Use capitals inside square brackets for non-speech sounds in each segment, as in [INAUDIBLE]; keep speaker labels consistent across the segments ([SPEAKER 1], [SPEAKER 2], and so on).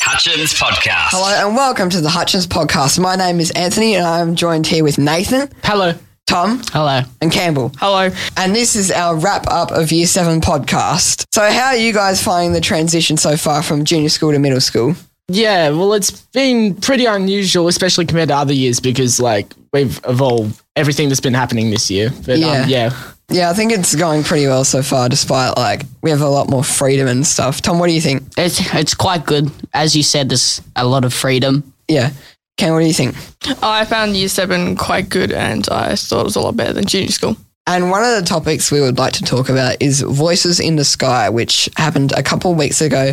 [SPEAKER 1] Hutchins Podcast.
[SPEAKER 2] Hello and welcome to the Hutchins Podcast. My name is Anthony and I'm joined here with Nathan,
[SPEAKER 3] Hello.
[SPEAKER 2] Tom,
[SPEAKER 3] Hello.
[SPEAKER 2] and Campbell.
[SPEAKER 3] Hello.
[SPEAKER 2] And this is our wrap up of Year 7 podcast. So, how are you guys finding the transition so far from junior school to middle school?
[SPEAKER 3] Yeah, well, it's been pretty unusual, especially compared to other years, because like we've evolved everything that's been happening this year. But yeah,
[SPEAKER 2] Yeah.
[SPEAKER 3] um, yeah.
[SPEAKER 2] Yeah, I think it's going pretty well so far, despite like we have a lot more freedom and stuff. Tom, what do you think?
[SPEAKER 4] It's it's quite good. As you said, there's a lot of freedom.
[SPEAKER 2] Yeah. Cam, what do you think?
[SPEAKER 5] Oh, I found year seven quite good and I thought it was a lot better than junior school.
[SPEAKER 2] And one of the topics we would like to talk about is Voices in the Sky, which happened a couple of weeks ago.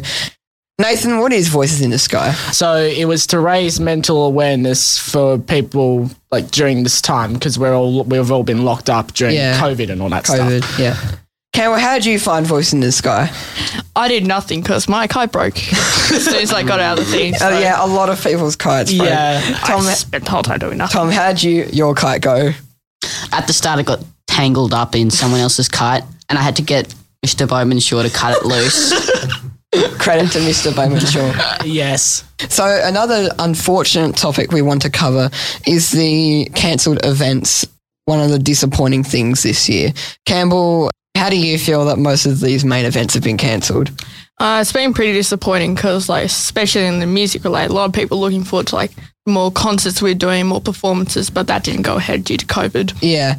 [SPEAKER 2] Nathan, what is Voices in the Sky?
[SPEAKER 3] So it was to raise mental awareness for people like during this time because we're all we've all been locked up during
[SPEAKER 2] Yeah.
[SPEAKER 3] COVID and all that
[SPEAKER 2] COVID.
[SPEAKER 3] stuff.
[SPEAKER 2] Yeah. Cam, well, how did you find Voices in the Sky?
[SPEAKER 5] I did nothing because my kite broke [LAUGHS] as soon as I got out of the thing.
[SPEAKER 2] Oh,
[SPEAKER 5] so
[SPEAKER 2] yeah, a lot of people's kites. broke.
[SPEAKER 3] Yeah.
[SPEAKER 5] I
[SPEAKER 2] Tom,
[SPEAKER 5] spent the whole time doing nothing.
[SPEAKER 2] Tom, how would you your kite go?
[SPEAKER 4] At the start, I got tangled up in someone else's kite, and I had to get Mr. Bowman Shaw to cut it loose.
[SPEAKER 2] Credit to Mr. Bowman Shaw.
[SPEAKER 3] Yes.
[SPEAKER 2] So another unfortunate topic we want to cover is the cancelled events. One of the disappointing things this year. Campbell, how do you feel that most of these main events have been cancelled?
[SPEAKER 5] Uh, it's been pretty disappointing because, like, especially in the music related, a lot of people looking forward to like more concerts we're doing, more performances, but that didn't go ahead due to COVID.
[SPEAKER 2] Yeah.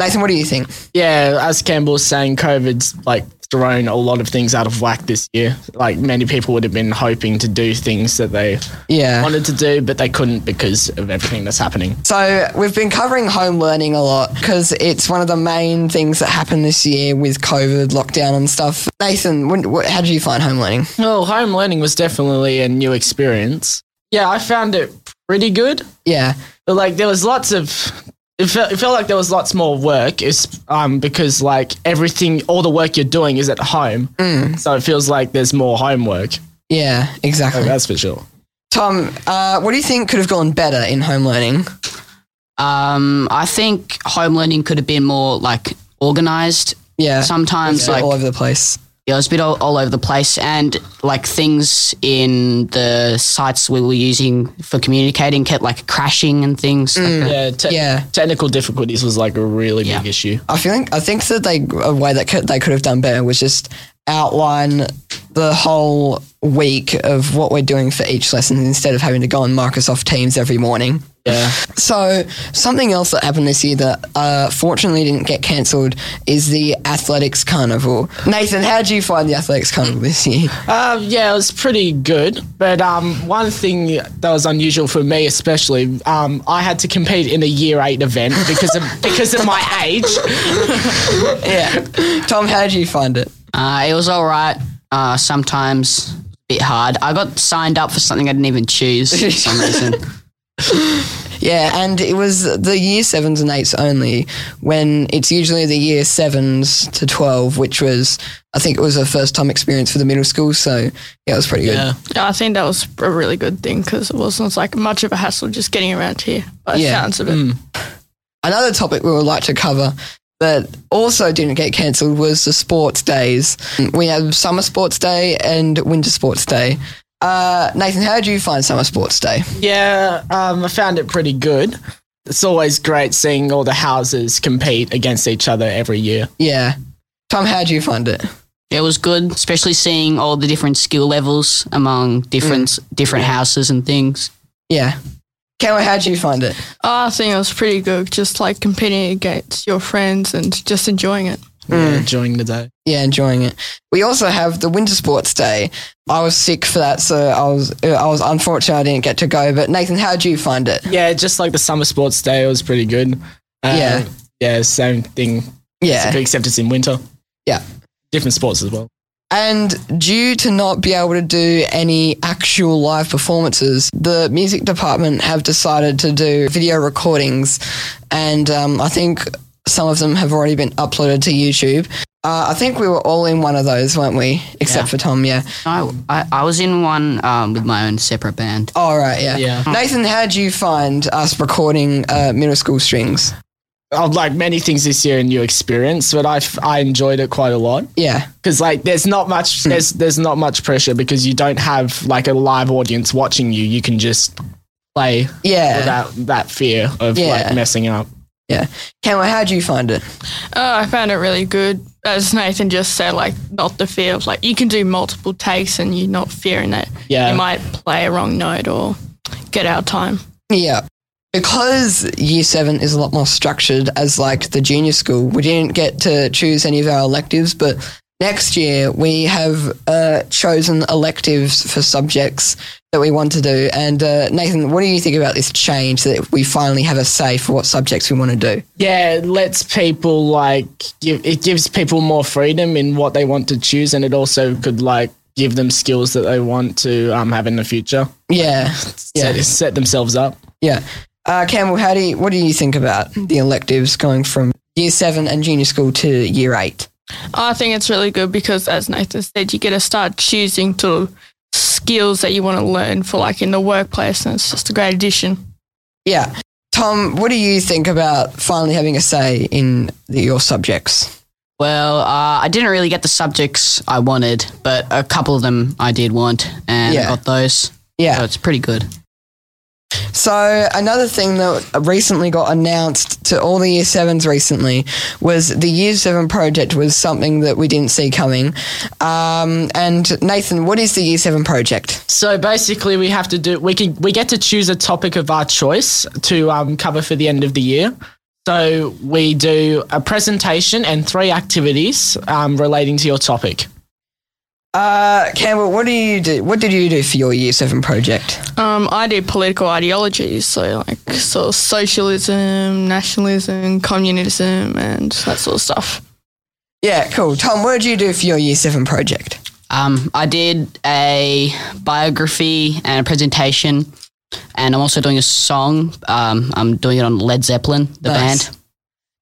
[SPEAKER 2] Nathan, what do you think?
[SPEAKER 3] Yeah, as Campbell was saying, COVID's like thrown a lot of things out of whack this year. Like many people would have been hoping to do things that they
[SPEAKER 2] Yeah.
[SPEAKER 3] [LAUGHS] wanted to do, but they couldn't because of everything that's happening.
[SPEAKER 2] So we've been covering home learning a lot because it's one of the main things that happened this year with COVID lockdown and stuff. Nathan, when, what, how did you find home learning?
[SPEAKER 3] Well, home learning was definitely a new experience. Yeah, I found it pretty good.
[SPEAKER 2] Yeah.
[SPEAKER 3] But like, there was lots of. It felt, it felt like there was lots more work is um, because like everything all the work you're doing is at home
[SPEAKER 2] Mm.
[SPEAKER 3] so it feels like there's more homework
[SPEAKER 2] Yeah. Exactly.
[SPEAKER 3] Oh, that's for sure
[SPEAKER 2] Tom, uh, what do you think could have gone better in home learning?
[SPEAKER 4] um, I think home learning could have been more like organized.
[SPEAKER 2] Yeah.
[SPEAKER 4] Sometimes,
[SPEAKER 2] Yeah,
[SPEAKER 4] like
[SPEAKER 2] all over the place.
[SPEAKER 4] Yeah, it was a bit all, all over the place, and like things in the sites we were using for communicating kept like crashing and things. like that.
[SPEAKER 3] yeah, te-
[SPEAKER 2] Yeah.
[SPEAKER 3] technical difficulties was like a really
[SPEAKER 4] Yeah.
[SPEAKER 3] big [LAUGHS] issue
[SPEAKER 2] I think I think that they a way that could, they could have done better was just outline the whole week of what we're doing for each lesson instead of having to go on Microsoft Teams every morning.
[SPEAKER 3] yeah
[SPEAKER 2] So something else that happened this year that uh, fortunately didn't get cancelled is the athletics carnival. Nathan, how did you find the athletics carnival this year?
[SPEAKER 3] Um, yeah, it was pretty good. But um, one thing that was unusual for me, especially, um, I had to compete in a year eight event
[SPEAKER 2] [LAUGHS]
[SPEAKER 3] because of because of my age.
[SPEAKER 2] Yeah, Tom, how did you find it?
[SPEAKER 4] Uh, it was all right. Uh, sometimes a bit hard. I got signed up for something I didn't even choose
[SPEAKER 2] [LAUGHS]
[SPEAKER 4] for some reason.
[SPEAKER 2] Yeah, and it was the year sevens and eights only when it's usually the year sevens to 12, which was, I think it was a first time experience for the middle school. So yeah, it was pretty good.
[SPEAKER 5] Yeah, I think that was a really good thing because it wasn't like much of a hassle just getting around here by
[SPEAKER 2] Yeah.
[SPEAKER 5] the sounds of it.
[SPEAKER 2] Another topic we would like to cover that also didn't get cancelled was the sports days. We have summer sports day and winter sports day. Uh, Nathan, how did you find summer sports day?
[SPEAKER 3] Yeah, um, I found it pretty good. It's always great seeing all the houses compete against each other every year.
[SPEAKER 2] Yeah. Tom, how did you find it?
[SPEAKER 4] It was good, especially seeing all the different skill levels among different
[SPEAKER 2] Mm.
[SPEAKER 4] different houses and things.
[SPEAKER 2] Yeah. Cameron, how did you find it?
[SPEAKER 5] I think it was pretty good, just like competing against your friends and just enjoying it.
[SPEAKER 3] Yeah,
[SPEAKER 2] Mm.
[SPEAKER 3] during the day.
[SPEAKER 2] yeah, enjoying it. We also have the Winter Sports Day. I was sick for that, so I was uh, I was unfortunate I didn't get to go. But Nathan, how did you find it?
[SPEAKER 3] Yeah, just like the summer sports day, it was pretty good. Uh,
[SPEAKER 2] Yeah.
[SPEAKER 3] yeah, same thing,
[SPEAKER 2] Yeah,
[SPEAKER 3] except it's in winter.
[SPEAKER 2] Yeah.
[SPEAKER 3] different sports as well.
[SPEAKER 2] and due to not be able to do any actual live performances, the music department have decided to do video recordings, and um, I think some of them have already been uploaded to YouTube. Uh, I think we were all in one of those, weren't we? Except
[SPEAKER 4] Yeah.
[SPEAKER 2] for Tom, yeah.
[SPEAKER 4] I, I, I was in one um, with my own separate band.
[SPEAKER 2] All right, yeah.
[SPEAKER 3] Yeah.
[SPEAKER 2] Nathan, how did you find us recording uh, middle school strings?
[SPEAKER 3] of like many things this year a new experience, but I, f- I enjoyed it quite a lot
[SPEAKER 2] Yeah.
[SPEAKER 3] because like there's not much
[SPEAKER 2] Hmm.
[SPEAKER 3] there's there's not much pressure because you don't have like a live audience watching you. You can just play
[SPEAKER 2] Yeah.
[SPEAKER 3] without that fear of
[SPEAKER 2] Yeah.
[SPEAKER 3] like messing up.
[SPEAKER 2] Yeah. Cameron, how'd you find it?
[SPEAKER 5] Uh, I found it really good. As Nathan just said, like not the fear of like you can do multiple takes and you're not fearing that
[SPEAKER 3] Yeah.
[SPEAKER 5] you might play a wrong note or get out of time.
[SPEAKER 2] Yeah. Because year seven is a lot more structured as like the junior school, we didn't get to choose any of our electives, but next year we have uh, chosen electives for subjects that we want to do. And uh, Nathan, what do you think about this change that we finally have a say for what subjects we want to do?
[SPEAKER 3] Yeah, it lets people like give, it gives people more freedom in what they want to choose, and it also could like give them skills that they want to um, have in the future.
[SPEAKER 2] Yeah. Yeah.
[SPEAKER 3] Set, set themselves up.
[SPEAKER 2] Yeah. Uh, Campbell, how do you, what do you think about the electives going from year seven and junior school to year eight?
[SPEAKER 5] I think it's really good because, as Nathan said, you get to start choosing to skills that you want to learn for like in the workplace, and it's just a great addition.
[SPEAKER 2] Yeah. Tom, what do you think about finally having a say in the, your subjects?
[SPEAKER 4] Well, uh, I didn't really get the subjects I wanted, but a couple of them I did want, and
[SPEAKER 2] Yeah.
[SPEAKER 4] I got those. So
[SPEAKER 2] Yeah.
[SPEAKER 4] it's pretty good.
[SPEAKER 2] So another thing that recently got announced to all the year sevens recently was the year seven project was something that we didn't see coming. Um, and Nathan, what is the year seven project?
[SPEAKER 3] So basically, we have to do we can we get to choose a topic of our choice to um, cover for the end of the year. So we do a presentation and three activities um, relating to your topic.
[SPEAKER 2] Uh, Campbell, what do you do? What did you do for your year seven project?
[SPEAKER 5] Um, I did political ideologies, so like sort of socialism, nationalism, communism, and that sort of stuff.
[SPEAKER 2] Yeah, cool. Tom, what did you do for your year seven project?
[SPEAKER 4] Um, I did a biography and a presentation, and I'm also doing a song. Um, I'm doing it on Led Zeppelin, the
[SPEAKER 2] Nice.
[SPEAKER 4] band.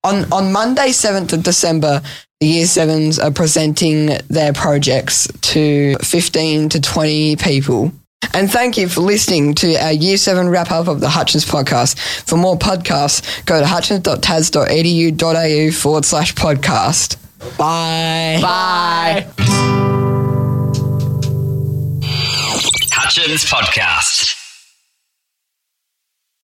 [SPEAKER 2] On on Monday, seventh of December, the year sevens are presenting their projects to fifteen to twenty people. And thank you for listening to our Year 7 wrap up of the Hutchins podcast. For more podcasts, go to hutchins.tas.edu.au forward slash podcast. Bye.
[SPEAKER 3] Bye.
[SPEAKER 1] Hutchins Podcast.